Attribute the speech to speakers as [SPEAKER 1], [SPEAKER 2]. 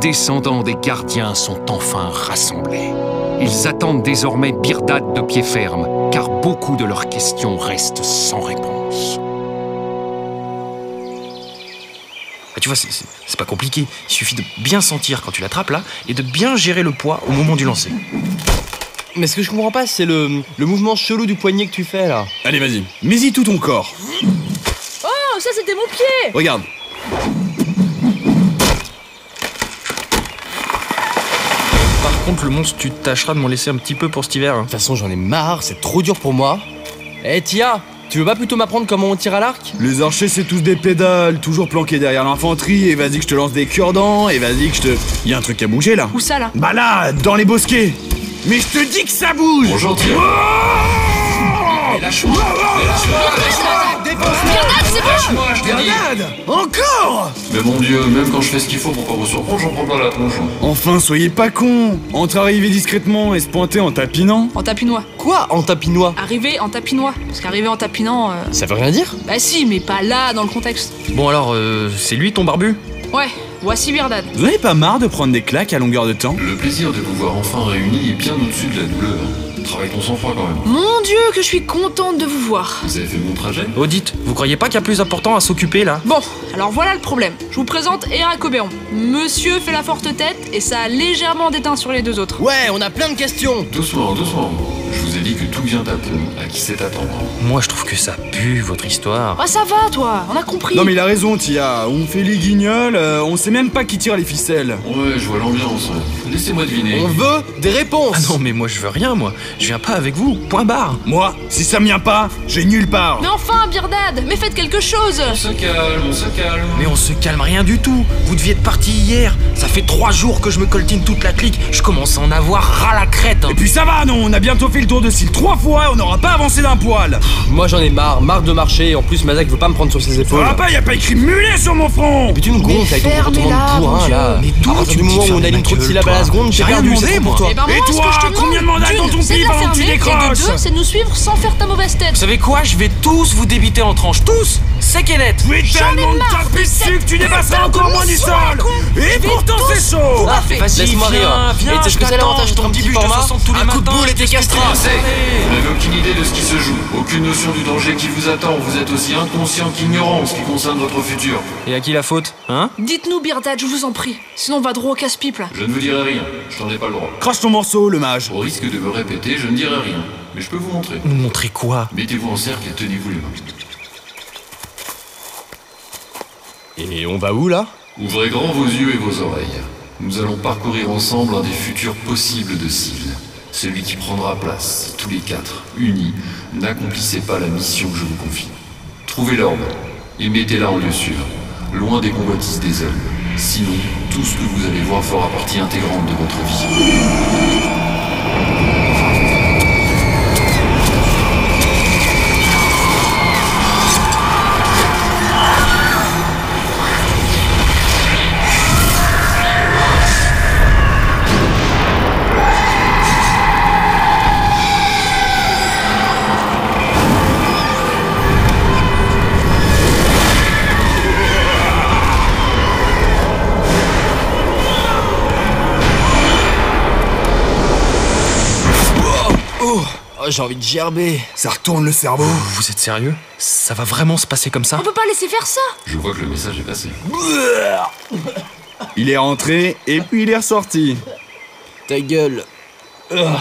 [SPEAKER 1] descendants des gardiens sont enfin rassemblés. Ils attendent désormais Birdad de pied ferme, car beaucoup de leurs questions restent sans réponse.
[SPEAKER 2] Bah, tu vois, c'est- c'est c'est pas compliqué. Il suffit de bien sentir quand tu l'attrapes là et de bien gérer le poids au moment du lancer.
[SPEAKER 3] Mais ce que je comprends pas, c'est le, le mouvement chelou du poignet que tu fais là.
[SPEAKER 4] Allez, vas-y, mets-y tout ton corps.
[SPEAKER 5] Oh, ça c'était mon pied
[SPEAKER 4] Regarde.
[SPEAKER 2] Par contre, le monstre, tu tâcheras de m'en laisser un petit peu pour cet hiver. hein.
[SPEAKER 3] De toute façon, j'en ai marre, c'est trop dur pour moi. Eh Tia, tu veux pas plutôt m'apprendre comment on tire à l'arc
[SPEAKER 4] Les archers, c'est tous des pédales, toujours planqués derrière l'infanterie, et vas-y que je te lance des cure-dents, et vas-y que je te. Y a un truc à bouger là
[SPEAKER 5] Où ça là
[SPEAKER 4] Bah là, dans les bosquets Mais je te dis que ça bouge
[SPEAKER 5] Birdad, c'est bon
[SPEAKER 4] Grenade Encore
[SPEAKER 6] Mais mon dieu, même quand je fais ce qu'il faut pour pas vous surprendre, j'en prends pas la tronche. hein.
[SPEAKER 4] Enfin, soyez pas cons Entre arriver discrètement et se pointer en tapinant,
[SPEAKER 5] En tapinois.
[SPEAKER 3] Quoi en tapinois
[SPEAKER 5] Arriver en tapinois. Parce qu'arriver en tapinant. euh,
[SPEAKER 3] Ça veut rien dire
[SPEAKER 5] Bah si, mais pas là, dans le contexte.
[SPEAKER 2] Bon alors, euh, c'est lui ton barbu
[SPEAKER 5] Ouais, voici Birdad.
[SPEAKER 4] vous en avez pas marre de prendre des claques à longueur de temps
[SPEAKER 6] Le plaisir de vous voir enfin réunis est bien au-dessus de la douleur. Travaille ton sang-froid quand même.
[SPEAKER 5] Mon dieu, que je suis contente de vous voir.
[SPEAKER 6] Vous avez fait mon trajet
[SPEAKER 2] Audit, vous croyez pas qu'il y a plus important à s'occuper là
[SPEAKER 5] Bon, alors voilà le problème. Je vous présente Héra Cobéon. Monsieur fait la forte tête et ça a légèrement déteint sur les deux autres.
[SPEAKER 3] Ouais, on a plein de questions
[SPEAKER 6] Doucement, doucement. Je vous ai dit que tout vient à peu, à qui sait attendre.
[SPEAKER 2] Moi, je trouve que ça pue, votre histoire.
[SPEAKER 5] Ah ça va toi, on a compris.
[SPEAKER 4] Non mais il a raison, Tia, on fait les guignols, euh, on sait même pas qui tire les ficelles.
[SPEAKER 6] Ouais, je vois l'ambiance. hein. Laissez-moi deviner.
[SPEAKER 3] On veut des réponses
[SPEAKER 2] Ah non, mais moi, je veux rien, moi. Je viens pas avec vous, point barre.
[SPEAKER 4] Moi, si ça me vient pas, j'ai nulle part
[SPEAKER 5] Mais enfin, Birdad, mais faites quelque chose
[SPEAKER 6] On se calme, on se calme.
[SPEAKER 2] Mais on se calme rien du tout. Vous deviez être parti hier. Ça fait trois jours que je me coltine toute la clique. Je commence à en avoir ras la crête. hein.
[SPEAKER 4] Et puis ça va, non, on a bientôt fait le tour de style trois fois, on n'aura pas avancé d'un poil
[SPEAKER 3] Moi j'en ai marre, marre de marcher, en plus Mazak veut pas me prendre sur ses
[SPEAKER 4] Ça
[SPEAKER 3] épaules.
[SPEAKER 4] va
[SPEAKER 2] Ah,
[SPEAKER 4] pas, y a pas écrit mulet sur mon front
[SPEAKER 3] Mais tu me gonfles avec ton comportement de bourrin là
[SPEAKER 2] Mais d'où
[SPEAKER 3] À partir
[SPEAKER 2] tu
[SPEAKER 3] du
[SPEAKER 2] me dis de
[SPEAKER 3] moment où
[SPEAKER 2] fermer
[SPEAKER 3] on
[SPEAKER 2] ma
[SPEAKER 3] aligne trop de
[SPEAKER 2] gueule,
[SPEAKER 3] syllabes à la
[SPEAKER 2] toi
[SPEAKER 3] seconde,
[SPEAKER 2] J'ai
[SPEAKER 3] j'ai
[SPEAKER 2] rien
[SPEAKER 3] perdu,
[SPEAKER 2] demandé,
[SPEAKER 3] c'est
[SPEAKER 2] moi.
[SPEAKER 3] pour toi.
[SPEAKER 5] Eh ben moi,
[SPEAKER 4] Et
[SPEAKER 5] ce
[SPEAKER 4] toi,
[SPEAKER 5] que je te demande,
[SPEAKER 4] combien de mandats
[SPEAKER 5] d'une,
[SPEAKER 4] dans ton
[SPEAKER 5] c'est de
[SPEAKER 4] pied
[SPEAKER 5] la
[SPEAKER 4] pendant que tu
[SPEAKER 5] fermer, Et
[SPEAKER 4] décroches
[SPEAKER 5] de deux, c'est de nous suivre sans faire ta mauvaise
[SPEAKER 2] Vous
[SPEAKER 5] tête.
[SPEAKER 2] savez quoi Je vais tous vous débiter en tranches, tous C'est qu'elle est
[SPEAKER 4] Mais tellement de
[SPEAKER 5] marre
[SPEAKER 4] tapis
[SPEAKER 5] de
[SPEAKER 4] dessus
[SPEAKER 5] cette
[SPEAKER 4] que tu dépasseras
[SPEAKER 5] putain de
[SPEAKER 4] encore moins du
[SPEAKER 5] leçon
[SPEAKER 4] sol
[SPEAKER 5] à la con.
[SPEAKER 4] Et pourtant c'est chaud
[SPEAKER 3] Ah,
[SPEAKER 2] Vas-y,
[SPEAKER 3] laisse-moi
[SPEAKER 2] viens,
[SPEAKER 3] rire.
[SPEAKER 2] viens,
[SPEAKER 3] Et tu sais ce
[SPEAKER 2] je
[SPEAKER 3] que c'est
[SPEAKER 2] t'attends,
[SPEAKER 3] l'avantage de ton
[SPEAKER 2] ton
[SPEAKER 3] petit
[SPEAKER 2] petit bus, je
[SPEAKER 3] format
[SPEAKER 2] te sens tous les
[SPEAKER 3] Un coup de
[SPEAKER 2] matins,
[SPEAKER 3] boule et t'es castré.
[SPEAKER 6] Je sais, vous n'avez aucune idée de ce qui se joue, aucune notion du danger qui vous attend. Vous êtes aussi inconscient qu'ignorant en ce qui concerne votre futur.
[SPEAKER 2] Et à qui la faute Hein
[SPEAKER 5] Dites-nous, Birdad, je vous en prie. Sinon, on va droit au casse-pipe là.
[SPEAKER 6] Je ne vous dirai rien, je n'en ai pas le droit.
[SPEAKER 4] Crache ton morceau, le mage
[SPEAKER 6] Au risque de me répéter, je ne dirai rien, mais je peux vous montrer.
[SPEAKER 2] Vous montrez quoi
[SPEAKER 6] Mettez-vous en cercle et tenez-vous les mains.
[SPEAKER 3] Et
[SPEAKER 4] Bah,
[SPEAKER 3] on va où là
[SPEAKER 6] Ouvrez grand vos yeux et vos oreilles. Nous allons parcourir ensemble un des futurs possibles de Syl. Celui qui prendra place, si tous les quatre, unis, n'accomplissez pas la mission que je vous confie. Trouvez l'orbe et mettez-la en lieu sûr, loin des convoitises des hommes. Sinon, tout ce que vous allez voir fera partie intégrante de votre vie.
[SPEAKER 3] Oh, oh, j'ai envie de gerber.
[SPEAKER 4] Ça retourne le cerveau
[SPEAKER 2] Vous êtes sérieux Ça va vraiment se passer comme ça
[SPEAKER 5] On peut pas laisser faire ça.
[SPEAKER 6] Je vois que le message est passé.
[SPEAKER 4] Il est rentré et puis il est ressorti
[SPEAKER 3] Ta gueule. Ah,